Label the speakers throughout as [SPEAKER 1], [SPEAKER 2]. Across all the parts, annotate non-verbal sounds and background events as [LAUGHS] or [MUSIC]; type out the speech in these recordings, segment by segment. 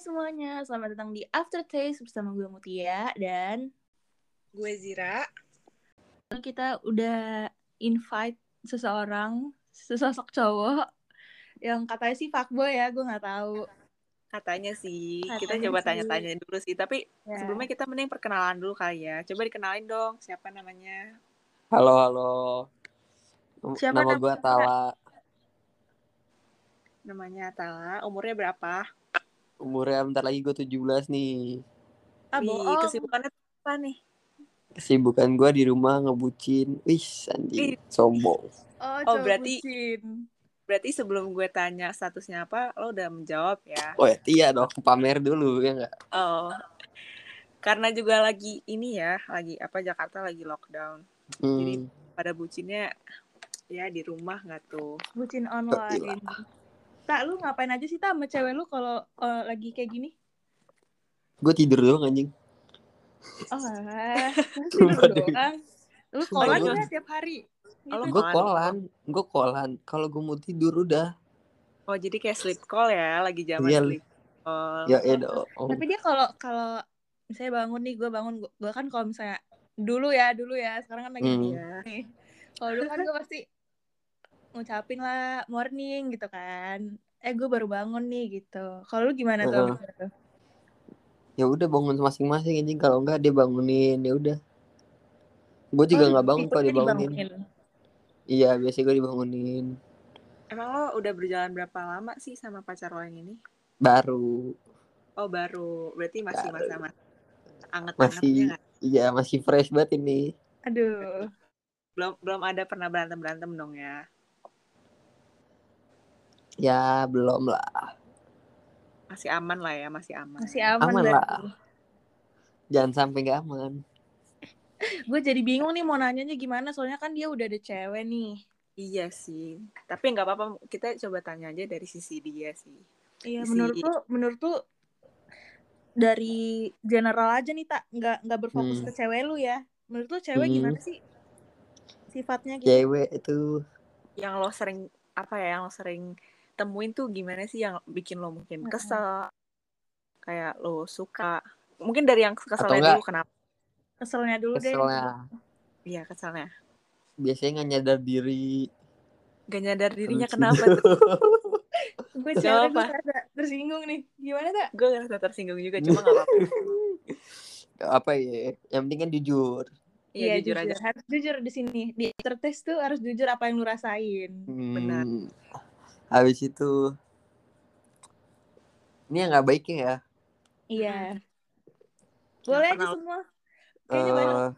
[SPEAKER 1] semuanya, selamat datang di Aftertaste bersama gue Mutia dan
[SPEAKER 2] Gue Zira.
[SPEAKER 1] kita udah invite seseorang, sesosok cowok yang katanya sih fuckboy ya, gue nggak tahu.
[SPEAKER 2] Katanya sih, kita
[SPEAKER 1] Katanya
[SPEAKER 2] coba
[SPEAKER 1] sih.
[SPEAKER 2] tanya-tanya dulu sih. Tapi
[SPEAKER 1] Ya.
[SPEAKER 2] sebelumnya kita mending perkenalan dulu kali ya. Coba dikenalin dong siapa namanya.
[SPEAKER 3] Halo, halo. Nam-
[SPEAKER 1] Siapa
[SPEAKER 3] Nama
[SPEAKER 1] namanya,
[SPEAKER 3] gue
[SPEAKER 1] Kak?
[SPEAKER 3] Tala.
[SPEAKER 2] Namanya Atala, umurnya berapa?
[SPEAKER 3] Umurnya bentar lagi gue 17 nih.
[SPEAKER 1] ah,
[SPEAKER 2] Wih,
[SPEAKER 1] bohong.
[SPEAKER 2] kesibukannya apa nih?
[SPEAKER 3] Kesibukan gue di rumah ngebucin. Wih, anjing. Sombong.
[SPEAKER 1] Oh,
[SPEAKER 2] Oh,
[SPEAKER 1] cowok
[SPEAKER 2] berarti-
[SPEAKER 1] bucin.
[SPEAKER 2] Berarti sebelum gue tanya statusnya apa, lo udah menjawab ya.
[SPEAKER 3] Oh ya, iya dong. Pamer dulu, ya nggak?
[SPEAKER 2] Oh. Karena juga lagi ini ya, lagi apa Jakarta lagi lockdown.
[SPEAKER 3] Hmm.
[SPEAKER 2] Pada bucinnya ya di rumah nggak tuh.
[SPEAKER 1] bucin online.
[SPEAKER 3] Gila.
[SPEAKER 1] Tak lu ngapain aja sih tak sama cewek lu kalau eh, lagi kayak gini?
[SPEAKER 3] Gue tidur doang, anjing.
[SPEAKER 1] Oh, alah. Terus tidur
[SPEAKER 3] Waduh.
[SPEAKER 1] doang. Lu
[SPEAKER 3] Sumpah,
[SPEAKER 1] kolan
[SPEAKER 3] gue-
[SPEAKER 1] nggak tiap hari?
[SPEAKER 2] Oh,
[SPEAKER 1] Gitu.
[SPEAKER 3] Gue
[SPEAKER 2] Apaan?
[SPEAKER 3] kolan. Gue kolan. Kalau gue mau tidur udah.
[SPEAKER 2] Oh, jadi kayak sleep call ya, lagi zaman
[SPEAKER 3] Iya.
[SPEAKER 2] sleep call.
[SPEAKER 3] Ya, ya dong.
[SPEAKER 1] Tapi dia kalau kalau misalnya bangun nih, gue bangun gue, kan kalau misalnya dulu ya, dulu ya, sekarang kan lagi
[SPEAKER 3] Hmm.
[SPEAKER 2] Iya.
[SPEAKER 1] nih. Kalau dulu kan gue pasti ngucapin lah morning gitu kan. Eh gue baru bangun nih gitu. Kalau lu gimana tuh?
[SPEAKER 3] Ya udah bangun masing-masing anjing. Kalau enggak dia bangunin, ya udah. Gue juga nggak bangun kalau
[SPEAKER 1] Oh, dia
[SPEAKER 3] dibangunin. Iya, biasanya gue dibangunin.
[SPEAKER 2] Emang lo udah berjalan berapa lama sih sama pacar lo yang ini?
[SPEAKER 3] Baru.
[SPEAKER 2] Oh baru, berarti masih
[SPEAKER 3] Baru.
[SPEAKER 2] masa-masa
[SPEAKER 3] Masih.
[SPEAKER 2] anget-angetnya nggak?
[SPEAKER 3] Iya, masih fresh banget ini.
[SPEAKER 1] Aduh.
[SPEAKER 2] Belum belum ada pernah berantem berantem dong ya?
[SPEAKER 3] Ya, belum lah.
[SPEAKER 2] Masih aman lah ya, masih aman.
[SPEAKER 1] Masih aman,
[SPEAKER 3] Aman
[SPEAKER 1] berarti.
[SPEAKER 3] Jangan sampai nggak aman.
[SPEAKER 1] Gue jadi bingung nih mau nanyanya gimana soalnya kan dia udah ada cewek nih.
[SPEAKER 2] Iya sih, tapi nggak apa-apa. Kita coba tanya aja dari sisi dia sih.
[SPEAKER 1] Iya,
[SPEAKER 2] Si-
[SPEAKER 1] menurut lu menurut lu dari general aja nih tak nggak nggak berfokus
[SPEAKER 3] Hmm.
[SPEAKER 1] ke cewek lu ya. Menurut lu cewek
[SPEAKER 3] Hmm.
[SPEAKER 1] gimana sih sifatnya gitu?
[SPEAKER 3] Cewek itu
[SPEAKER 2] Yang lo sering apa ya? Yang lo sering temuin tuh gimana sih yang bikin lo mungkin
[SPEAKER 1] Mm-mm.
[SPEAKER 2] kesel? Kayak lo suka? Mungkin dari yang keselnya
[SPEAKER 3] enggak?
[SPEAKER 2] dulu kenapa?
[SPEAKER 1] Keselnya dulu deh.
[SPEAKER 3] keselnya.
[SPEAKER 2] Iya keselnya.
[SPEAKER 3] Biasanya nggak nyadar diri.
[SPEAKER 2] Gak nyadar dirinya
[SPEAKER 3] Terus
[SPEAKER 2] kenapa
[SPEAKER 3] gitu.
[SPEAKER 2] tuh? [LAUGHS]
[SPEAKER 1] Gue
[SPEAKER 2] Gak
[SPEAKER 1] cewek gue
[SPEAKER 2] apa.
[SPEAKER 1] rada tersinggung nih. Gimana tak?
[SPEAKER 2] Gue ngerasa tersinggung juga, cuma gak
[SPEAKER 3] [LAUGHS]
[SPEAKER 2] apa-apa.
[SPEAKER 3] [LAUGHS] Apa ya? Yang penting kan jujur.
[SPEAKER 2] Iya jujur, aja.
[SPEAKER 1] Harus jujur di sini. Di tertes tuh harus jujur apa yang lu rasain.
[SPEAKER 3] Hmm.
[SPEAKER 2] Benar.
[SPEAKER 3] Habis itu ini yang nggak baiknya ya.
[SPEAKER 1] Iya.
[SPEAKER 2] Hmm.
[SPEAKER 1] Boleh aja
[SPEAKER 2] pernah-
[SPEAKER 1] semua. Kayaknya banyak.
[SPEAKER 3] Eh,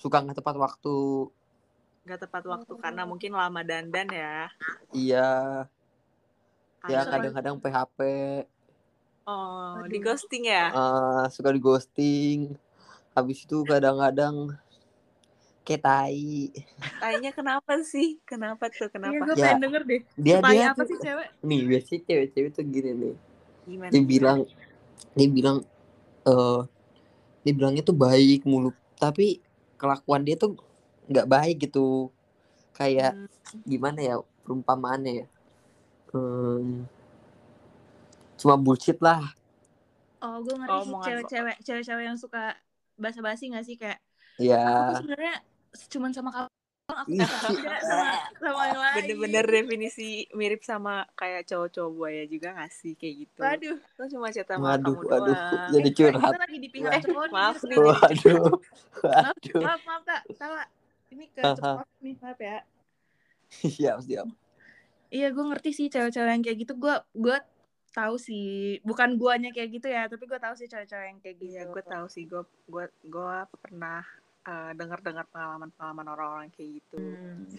[SPEAKER 3] suka nggak tepat waktu.
[SPEAKER 2] Gak tepat
[SPEAKER 1] Oh.
[SPEAKER 2] waktu karena mungkin lama dandan ya.
[SPEAKER 3] Iya. Ya
[SPEAKER 2] Ada-
[SPEAKER 3] kadang-kadang PHP.
[SPEAKER 2] Oh,
[SPEAKER 1] Aduh.
[SPEAKER 2] di ghosting ya?
[SPEAKER 3] Eh, suka di ghosting. Habis itu kadang-kadang kayak tai.
[SPEAKER 2] Tanya kenapa sih? Kenapa tuh?
[SPEAKER 1] Iya,
[SPEAKER 2] Kenapa?
[SPEAKER 1] gue
[SPEAKER 3] Ya.
[SPEAKER 1] pengen denger deh.
[SPEAKER 3] Dia
[SPEAKER 1] Supaya
[SPEAKER 3] dia
[SPEAKER 1] apa
[SPEAKER 3] tuh-
[SPEAKER 1] sih cewek?
[SPEAKER 3] nih biasanya cewek-cewek tuh gini nih.
[SPEAKER 2] Gimana?
[SPEAKER 3] dia bilang dia bilang eh dia bilangnya tuh baik mulu tapi kelakuan dia tuh nggak baik gitu kayak
[SPEAKER 2] Hmm,
[SPEAKER 3] gimana ya perumpamaannya ya Hmm, cuma bullshit lah
[SPEAKER 1] Oh, gue ngerti sih
[SPEAKER 2] Omongan-
[SPEAKER 1] cewek-cewek cewek-cewek yang suka basa-basi gak sih kayak aku tuh
[SPEAKER 2] [LAUGHS]
[SPEAKER 3] ya
[SPEAKER 1] sebenarnya cuman sama kamu doang, aku
[SPEAKER 3] Ih.
[SPEAKER 1] nggak sama sama yang lain.
[SPEAKER 2] Bener-bener definisi mirip sama kayak cowok-cowok buaya juga gak sih? Kayak gitu.
[SPEAKER 1] Waduh.
[SPEAKER 2] Lo cuma cerita sama
[SPEAKER 3] waduh
[SPEAKER 2] kamu
[SPEAKER 3] waduh [LAUGHS]
[SPEAKER 2] doang.
[SPEAKER 3] jadi
[SPEAKER 1] Eh, kita
[SPEAKER 3] curhat Oh.
[SPEAKER 1] lagi di pihak cowok nih,
[SPEAKER 2] maaf
[SPEAKER 1] kita
[SPEAKER 2] nih.
[SPEAKER 1] lagi-
[SPEAKER 3] waduh waduh [LAUGHS]
[SPEAKER 1] Maaf, maaf, Kak. Salah. Ini ke
[SPEAKER 3] Haha.
[SPEAKER 1] cowok nih, maaf ya.
[SPEAKER 3] siap siap
[SPEAKER 1] Iya, gue ngerti sih cewek-cewek yang kayak gitu. Gue gue tahu sih, bukan guanya kayak gitu ya, tapi gue tahu sih cewek-cewek yang kayak gitu.
[SPEAKER 2] Iya, gue tahu sih. Gue gue gue pernah eh, dengar-dengar pengalaman-pengalaman orang-orang kayak gitu.
[SPEAKER 1] Hmm.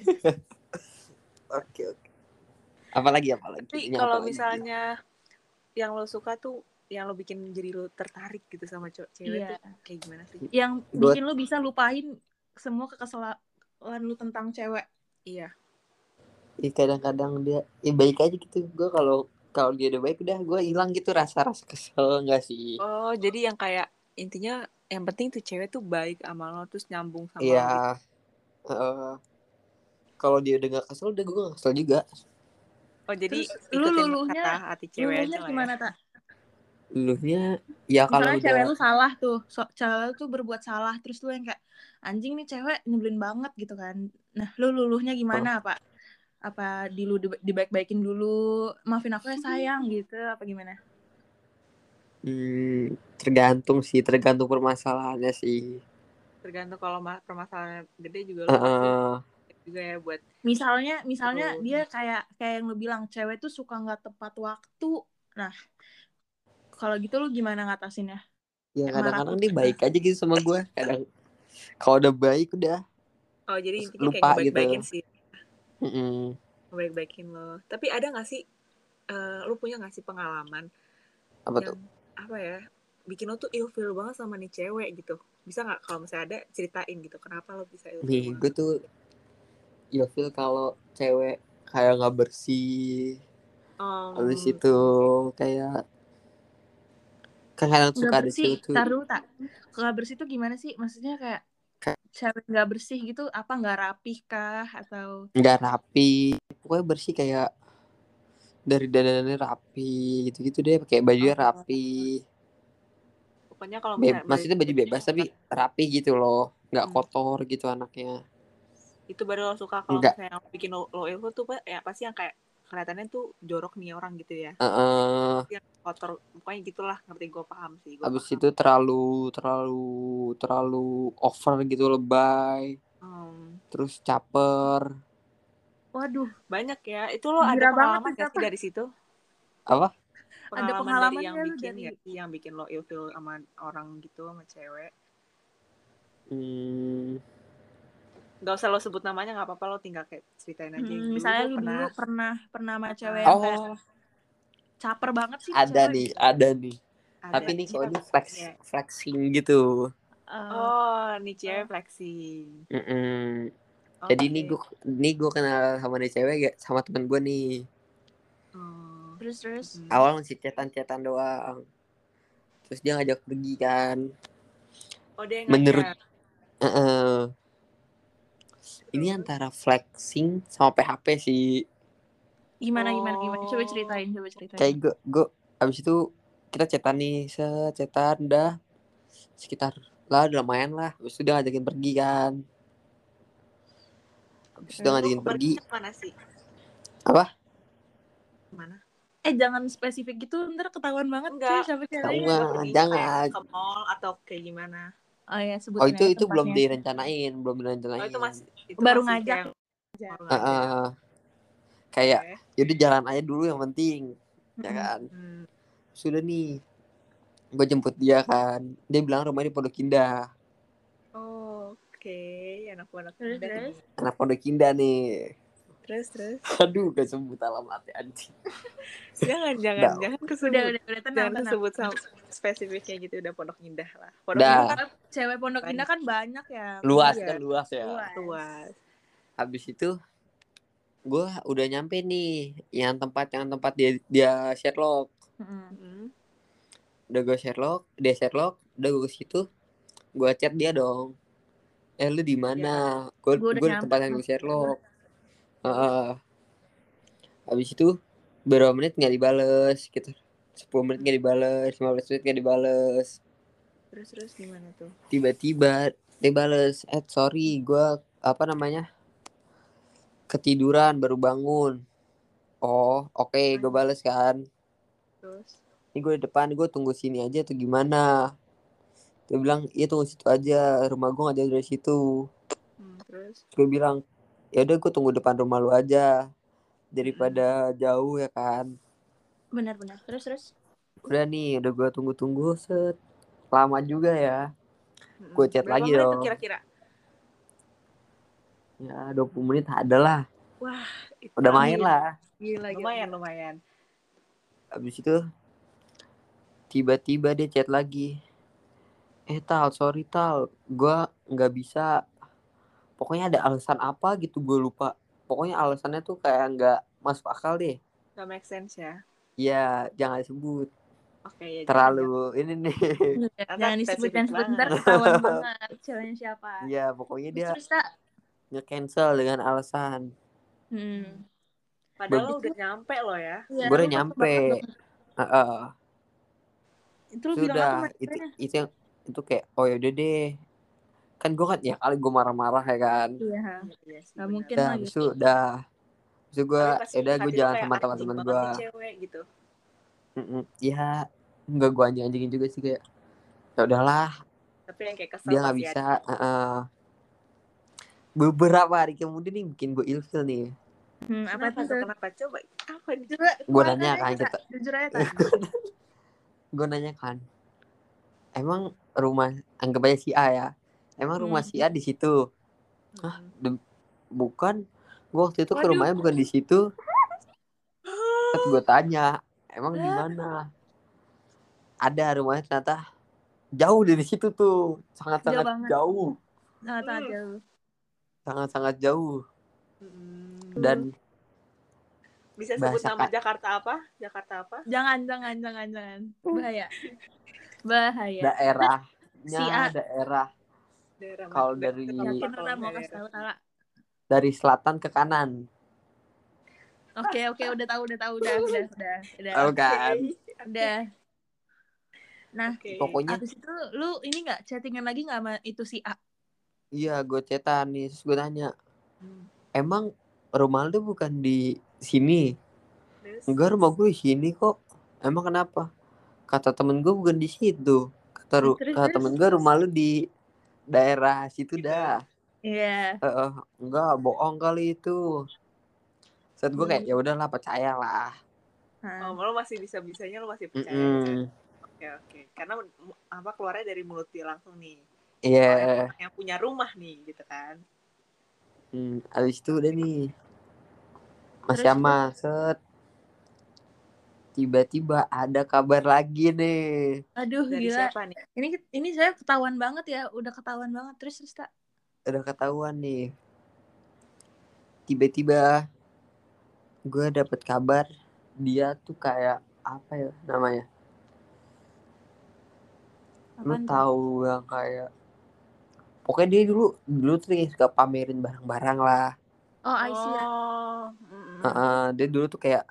[SPEAKER 3] oke oke apalagi apalagi
[SPEAKER 2] Tapi
[SPEAKER 3] Ini
[SPEAKER 2] kalau
[SPEAKER 3] apalagi?
[SPEAKER 2] misalnya yang lo suka tuh yang lo bikin jadi lo tertarik gitu sama cowok cewek
[SPEAKER 1] Iya.
[SPEAKER 2] tuh kayak gimana sih?
[SPEAKER 1] Yang
[SPEAKER 3] Gua-
[SPEAKER 1] bikin lu bisa lupain semua kekesalan lu tentang cewek.
[SPEAKER 2] Iya.
[SPEAKER 3] Ih, kadang-kadang dia ya baik aja gitu gue kalau kalau dia udah baik udah gue hilang gitu rasa rasa kesel nggak sih
[SPEAKER 2] Oh, jadi yang kayak intinya yang penting tuh cewek tuh baik sama lo terus nyambung sama lo. gitu.
[SPEAKER 3] Iya. Heeh. kalau dia udah gak kesel, udah gue gak kesel juga.
[SPEAKER 2] Oh, jadi
[SPEAKER 1] Terus lu
[SPEAKER 2] ikutin
[SPEAKER 1] luluhnya-
[SPEAKER 2] kata hati
[SPEAKER 1] Lu
[SPEAKER 2] cewek aja
[SPEAKER 1] liatnya
[SPEAKER 2] lah ya.
[SPEAKER 1] gimana, Tak?
[SPEAKER 3] lu nya ya kalau
[SPEAKER 1] Misalnya cewek
[SPEAKER 3] udah
[SPEAKER 1] lu salah tuh, so- cewek lu tuh berbuat salah, terus lu yang kayak anjing nih cewek nyebelin banget gitu kan. Nah, lu luluhnya
[SPEAKER 3] Oh.
[SPEAKER 1] gimana, Pak? Apa di lu di- dibaik-baikin dulu, maafin aku ya sayang gitu, apa gimana?
[SPEAKER 3] hmm, tergantung sih tergantung permasalahannya sih
[SPEAKER 2] tergantung kalau ma- permasalahannya gede juga lu
[SPEAKER 3] Heeh.
[SPEAKER 2] pasti juga ya buat
[SPEAKER 1] Misalnya, misalnya
[SPEAKER 3] Oh.
[SPEAKER 2] Betul.
[SPEAKER 1] dia kayak kayak yang lu bilang cewek tuh suka nggak tepat waktu. Nah, kalau gitu lu gimana ngatasinnya?
[SPEAKER 3] ya
[SPEAKER 1] Marah.
[SPEAKER 3] kadang-kadang dia baik aja gitu sama gue kadang kalau udah baik udah
[SPEAKER 2] oh jadi
[SPEAKER 3] Terus
[SPEAKER 2] intinya kayak
[SPEAKER 3] lupa gitu.
[SPEAKER 2] ngebaik-baikin sih
[SPEAKER 3] Mm-mm.
[SPEAKER 2] ngebaik-baikin lo tapi ada nggak sih eh, lu punya nggak sih pengalaman
[SPEAKER 3] apa tuh
[SPEAKER 2] yang apa ya bikin lo tuh ilfeel banget sama nih cewek gitu bisa nggak kalau misalnya ada ceritain gitu kenapa lo bisa
[SPEAKER 3] nih
[SPEAKER 2] ilfeel
[SPEAKER 3] gue
[SPEAKER 2] banget?
[SPEAKER 3] tuh ilfil kalau cewek kayak nggak bersih
[SPEAKER 2] Em,
[SPEAKER 3] habis itu kayak kan kadang suka
[SPEAKER 1] Nggak
[SPEAKER 3] ada
[SPEAKER 1] bersih,
[SPEAKER 3] cewek tuh
[SPEAKER 1] taruh tak. Nggak bersih tuh gimana sih? Maksudnya kayak
[SPEAKER 3] Kayak-
[SPEAKER 1] cewek nggak bersih gitu, apa nggak rapih kah atau
[SPEAKER 3] nggak rapi pokoknya bersih kayak dari dadanya rapi gitu gitu deh pakai bajunya
[SPEAKER 2] Oh.
[SPEAKER 3] rapi
[SPEAKER 2] pokoknya kalau
[SPEAKER 3] Be-
[SPEAKER 2] misalnya
[SPEAKER 3] maksudnya baju bebas tapi rapi gitu loh nggak
[SPEAKER 2] kan? Hmm.
[SPEAKER 3] kotor gitu anaknya
[SPEAKER 2] itu baru lo suka kalau
[SPEAKER 3] Enggak.
[SPEAKER 2] misalnya yang bikin lo, lo ilfeel tuh Pak, ya pasti yang kayak kelihatannya tuh jorok nih orang gitu ya
[SPEAKER 3] Heeh.
[SPEAKER 2] yang kotor pokoknya gitulah ngerti gue paham sih gua
[SPEAKER 3] habis
[SPEAKER 2] paham.
[SPEAKER 3] itu terlalu terlalu terlalu over gitu lebay
[SPEAKER 2] Em,
[SPEAKER 3] terus caper
[SPEAKER 1] waduh,
[SPEAKER 2] banyak ya itu lo ada
[SPEAKER 1] Gembira banget
[SPEAKER 2] pengalaman
[SPEAKER 1] nih,
[SPEAKER 2] gak sih
[SPEAKER 1] Papa.
[SPEAKER 2] dari situ
[SPEAKER 3] Apa?
[SPEAKER 1] Ada
[SPEAKER 2] pengalaman,
[SPEAKER 1] pengalaman
[SPEAKER 2] dari yang
[SPEAKER 1] nggak lu
[SPEAKER 2] bikin
[SPEAKER 1] dari-
[SPEAKER 2] ya sih, yang bikin lo ilfeel sama orang gitu sama cewek
[SPEAKER 3] hmm,
[SPEAKER 2] Gak usah lo sebut namanya nggak apa-apa lo tinggal kayak ceritain
[SPEAKER 1] hmm,
[SPEAKER 2] aja Dulu
[SPEAKER 1] misalnya
[SPEAKER 2] gue
[SPEAKER 1] lu
[SPEAKER 2] pernah
[SPEAKER 1] dulu pernah pernah sama cewek yang kayak
[SPEAKER 3] oh
[SPEAKER 1] caper banget sih
[SPEAKER 3] ada
[SPEAKER 1] cewek.
[SPEAKER 3] nih ada nih
[SPEAKER 2] ada
[SPEAKER 3] tapi nih kalau ini
[SPEAKER 2] cewek-
[SPEAKER 3] flex
[SPEAKER 2] Iya.
[SPEAKER 3] flexing gitu
[SPEAKER 1] Eh,
[SPEAKER 2] oh nih cewek flexing
[SPEAKER 3] Mm-mm. Hmm. jadi
[SPEAKER 2] Oke.
[SPEAKER 3] nih gue nih gue kenal sama nih cewek gak sama temen gue nih
[SPEAKER 2] Hmm,
[SPEAKER 1] terus terus
[SPEAKER 2] hmm.
[SPEAKER 3] awal masih cetan cetan doang terus dia ngajak pergi kan
[SPEAKER 2] oh, dia yang
[SPEAKER 3] menurut
[SPEAKER 2] ngajak.
[SPEAKER 3] Heeh. ini
[SPEAKER 2] Terus?
[SPEAKER 3] antara flexing sama PHP sih
[SPEAKER 1] gimana gimana gimana? Coba
[SPEAKER 2] Oh.
[SPEAKER 1] ceritain, coba ceritain.
[SPEAKER 3] kayak gue gue abis itu kita cetan nih set cetan dah sekitar lah udah lumayan lah abis itu dia ngajakin pergi kan abis itu dia
[SPEAKER 1] Lo
[SPEAKER 3] ngajakin
[SPEAKER 2] Lo
[SPEAKER 3] pergi
[SPEAKER 2] perginya Mana sih?
[SPEAKER 3] Apa?
[SPEAKER 2] Mana?
[SPEAKER 1] Eh jangan spesifik gitu, ntar ketahuan banget
[SPEAKER 2] Enggak.
[SPEAKER 1] cuy siapa
[SPEAKER 2] Lo
[SPEAKER 1] ceweknya.
[SPEAKER 3] Ketahuan.
[SPEAKER 2] perginya
[SPEAKER 3] jangan.
[SPEAKER 2] kayak Ke mall atau kayak gimana?
[SPEAKER 1] Oh ya sebut
[SPEAKER 3] oh itu itu belum direncanain belum direncanain
[SPEAKER 2] Oh, itu masih ya? itu
[SPEAKER 1] Baru
[SPEAKER 2] masih
[SPEAKER 1] ngajak.
[SPEAKER 2] kayak- baru
[SPEAKER 3] Heeh.
[SPEAKER 2] ngajak.
[SPEAKER 3] kayak
[SPEAKER 2] Oke.
[SPEAKER 3] yaudah jalan aja dulu yang penting ya
[SPEAKER 1] Mm-mm.
[SPEAKER 3] kan
[SPEAKER 2] Hmm.
[SPEAKER 3] sudah nih gue jemput dia kan dia bilang rumahnya di Pondok Indah
[SPEAKER 2] Oh, Oke, anak-anak
[SPEAKER 1] Terus,
[SPEAKER 2] muda
[SPEAKER 1] terus?
[SPEAKER 2] tuh.
[SPEAKER 3] anak Pondok Indah nih [LAUGHS]
[SPEAKER 2] terus terus
[SPEAKER 3] aduh gak sebut alamatnya anjing
[SPEAKER 2] [LAUGHS] jangan jangan
[SPEAKER 3] Udah.
[SPEAKER 2] jangan kesebut
[SPEAKER 1] Udah udah udah tenang
[SPEAKER 2] jangan
[SPEAKER 1] tenang.
[SPEAKER 2] kesebut sama spesifiknya gitu udah pondok indah lah pondok
[SPEAKER 3] Udah.
[SPEAKER 2] indah kan
[SPEAKER 1] Cewek Pondok Indah kan banyak ya.
[SPEAKER 3] luas
[SPEAKER 2] Iya.
[SPEAKER 3] kan luas ya
[SPEAKER 1] Luas.
[SPEAKER 2] luas
[SPEAKER 3] habis itu gue udah nyampe nih yang tempat yang tempat dia dia Sherlock
[SPEAKER 1] Mm-mm.
[SPEAKER 2] Mm.
[SPEAKER 3] udah gue Sherlock dia Sherlock udah gue ke situ gue chat dia dong eh lu di mana
[SPEAKER 1] Iya.
[SPEAKER 3] gue
[SPEAKER 1] Gua udah
[SPEAKER 3] gue di
[SPEAKER 1] nyampe.
[SPEAKER 3] tempat yang di Sherlock Heeh. habis itu berapa menit nggak dibales gitu 10 menit nggak dibales 15 menit nggak dibales
[SPEAKER 2] terus terus gimana tuh
[SPEAKER 3] tiba-tiba dibales eh sorry gue apa namanya ketiduran baru bangun oh oke gue bales kan
[SPEAKER 2] terus
[SPEAKER 3] ini gue di depan gue tunggu sini aja atau gimana dia bilang iya tunggu situ aja rumah gue nggak jauh dari situ
[SPEAKER 2] Hmm, terus
[SPEAKER 3] Terus gue bilang ya udah gue tunggu depan rumah lu aja daripada jauh ya kan
[SPEAKER 1] Benar benar. Terus terus.
[SPEAKER 2] Iya.
[SPEAKER 3] udah nih udah gue tunggu-tunggu set lama juga ya
[SPEAKER 2] Mm-mm.
[SPEAKER 3] Gua chat
[SPEAKER 2] Berapa
[SPEAKER 3] lagi
[SPEAKER 2] menit tuh
[SPEAKER 3] dong.
[SPEAKER 2] kira-kira
[SPEAKER 3] ya 20 menit adalah udah main
[SPEAKER 1] Iya.
[SPEAKER 3] lah
[SPEAKER 1] Gila gila.
[SPEAKER 2] lumayan lumayan
[SPEAKER 3] Habis itu tiba-tiba dia chat lagi. Eh Tal, sorry Tal, gua nggak bisa. Pokoknya ada alasan apa gitu gue lupa. Pokoknya alasannya tuh kayak nggak masuk akal deh.
[SPEAKER 2] gak make sense ya
[SPEAKER 3] Ya jangan sebut
[SPEAKER 2] oke ya jangan,
[SPEAKER 3] terlalu ini nih. [LAUGHS]
[SPEAKER 1] Jangan, jangan disebut
[SPEAKER 2] spesifik
[SPEAKER 1] jangan sebut ntar
[SPEAKER 2] banget.
[SPEAKER 1] ketahuan banget ceweknya siapa.
[SPEAKER 3] Ya pokoknya dia
[SPEAKER 1] Terus tak.
[SPEAKER 3] nge-cancel dengan alasan.
[SPEAKER 1] Hmm.
[SPEAKER 2] jangan. padahal lo
[SPEAKER 1] Bagus.
[SPEAKER 2] udah nyampe lo ya
[SPEAKER 1] Iya,
[SPEAKER 3] Gua udah
[SPEAKER 1] lu pasti
[SPEAKER 3] nyampe.
[SPEAKER 1] bakal-
[SPEAKER 3] Heeh.
[SPEAKER 1] Itu lu bilang apa
[SPEAKER 3] sudah itu
[SPEAKER 1] maksudnya?
[SPEAKER 3] itu yang itu kayak oh yaudah deh kan gue kan ya kali gue marah-marah ya kan
[SPEAKER 1] Iya.
[SPEAKER 2] Iya sih,
[SPEAKER 1] Nggak
[SPEAKER 2] benar.
[SPEAKER 1] mungkin.
[SPEAKER 3] Dah,
[SPEAKER 1] lagi.
[SPEAKER 3] habis itu udah Habis itu gue
[SPEAKER 2] Tapi pasti
[SPEAKER 3] yaudah
[SPEAKER 2] hati
[SPEAKER 3] gue
[SPEAKER 2] lu
[SPEAKER 3] ya jalan
[SPEAKER 2] kayak
[SPEAKER 3] sama
[SPEAKER 2] anjing
[SPEAKER 3] teman-teman
[SPEAKER 2] banget
[SPEAKER 3] gue
[SPEAKER 2] nih cewek gitu
[SPEAKER 3] Mm-mm. ya nggak gue anjing anjingin juga sih kayak ya udahlah
[SPEAKER 2] tapi yang kayak kesel
[SPEAKER 3] dia nggak
[SPEAKER 2] pasti
[SPEAKER 3] bisa
[SPEAKER 2] ada.
[SPEAKER 3] Heeh. beberapa hari kemudian nih bikin gue ilfil nih
[SPEAKER 1] Hmm, apa
[SPEAKER 2] kenapa
[SPEAKER 1] tuh?
[SPEAKER 2] tuh kenapa coba apa gitu?" nih
[SPEAKER 1] Coba
[SPEAKER 3] Gua
[SPEAKER 1] keluarkan
[SPEAKER 3] nanya
[SPEAKER 1] aja,
[SPEAKER 3] kan,
[SPEAKER 1] Kak.
[SPEAKER 3] kita-
[SPEAKER 1] Jujur aja
[SPEAKER 3] [LAUGHS]
[SPEAKER 1] kan.
[SPEAKER 3] gue nanya kan emang rumah anggap aja si A ya emang rumah
[SPEAKER 1] Hmm.
[SPEAKER 3] si A di situ Hah? bukan gue waktu itu ke
[SPEAKER 1] Waduh.
[SPEAKER 3] rumahnya bukan di situ terus gue tanya emang di mana ada rumahnya ternyata jauh dari situ tuh sangat
[SPEAKER 1] Jauh
[SPEAKER 3] sangat
[SPEAKER 1] banget.
[SPEAKER 3] jauh
[SPEAKER 1] Nah, tahan aja lu.
[SPEAKER 3] sangat sangat jauh
[SPEAKER 1] Hmm,
[SPEAKER 2] Mm-mm.
[SPEAKER 3] dan
[SPEAKER 2] Hmm. bisa sebut
[SPEAKER 3] bahasa
[SPEAKER 2] nama
[SPEAKER 3] Kak.
[SPEAKER 2] Jakarta apa Jakarta apa
[SPEAKER 1] Jangan, jangan, jangan, jangan. Bahaya. Bahaya.
[SPEAKER 3] daerahnya
[SPEAKER 1] iya. Si A.
[SPEAKER 3] daerah
[SPEAKER 2] daerah
[SPEAKER 3] Kalau
[SPEAKER 2] da-
[SPEAKER 3] dari-
[SPEAKER 2] daerah
[SPEAKER 1] Yakin
[SPEAKER 2] apa,
[SPEAKER 1] Rara mau
[SPEAKER 2] daerah.
[SPEAKER 1] kasih tahu Tala.
[SPEAKER 3] dari selatan ke kanan
[SPEAKER 1] Oke, oke, udah tahu, udah tahu, udah, udah, udah, udah.
[SPEAKER 3] tahu kan
[SPEAKER 1] udah. Nah,
[SPEAKER 2] Oke.
[SPEAKER 3] pokoknya
[SPEAKER 1] abis itu lu ini nggak chattingan lagi nggak sama itu si A?
[SPEAKER 3] iya gue cetan nih terus gue tanya
[SPEAKER 2] Hmm.
[SPEAKER 3] emang rumah lu bukan di sini
[SPEAKER 2] Terus?
[SPEAKER 3] enggak rumah gue di sini kok emang kenapa kata temen gue bukan di situ kata ru
[SPEAKER 1] Ah, Terus,
[SPEAKER 3] kata
[SPEAKER 1] terus?
[SPEAKER 3] temen gue rumah lu di daerah situ
[SPEAKER 1] [LAUGHS]
[SPEAKER 2] Gitu.
[SPEAKER 3] dah
[SPEAKER 1] Iya.
[SPEAKER 3] Eh, eh, enggak bohong kali itu saat gue
[SPEAKER 1] Hmm.
[SPEAKER 3] kayak ya udahlah percayalah
[SPEAKER 1] Hah.
[SPEAKER 2] Oh, lo masih bisa bisanya lo masih percaya.
[SPEAKER 3] Mm-mm.
[SPEAKER 2] Oke oke. Karena mu- apa keluarnya dari mulut dia langsung nih.
[SPEAKER 1] Oh,
[SPEAKER 3] iya
[SPEAKER 1] ya.
[SPEAKER 2] Orang yang punya rumah nih gitu kan.
[SPEAKER 3] Hmm, abis itu udah nih. Mas
[SPEAKER 1] Terus,
[SPEAKER 3] Yama, set. Tiba-tiba ada kabar lagi nih.
[SPEAKER 1] Aduh,
[SPEAKER 2] Dari
[SPEAKER 1] gila.
[SPEAKER 2] siapa nih?
[SPEAKER 1] Ini ini saya ketahuan banget ya, udah ketahuan banget. Terus terus tak.
[SPEAKER 3] Udah ketahuan nih. Tiba-tiba gue dapet kabar dia tuh kayak apa ya namanya? Lu
[SPEAKER 1] Apaan tuh?
[SPEAKER 3] tahu yang kayak Pokoknya dia dulu dulu tuh kayak suka pamerin barang-barang lah.
[SPEAKER 1] Oh, I see. lah.
[SPEAKER 2] Oh. mm-mm.
[SPEAKER 3] Heeh, dia dulu tuh kayak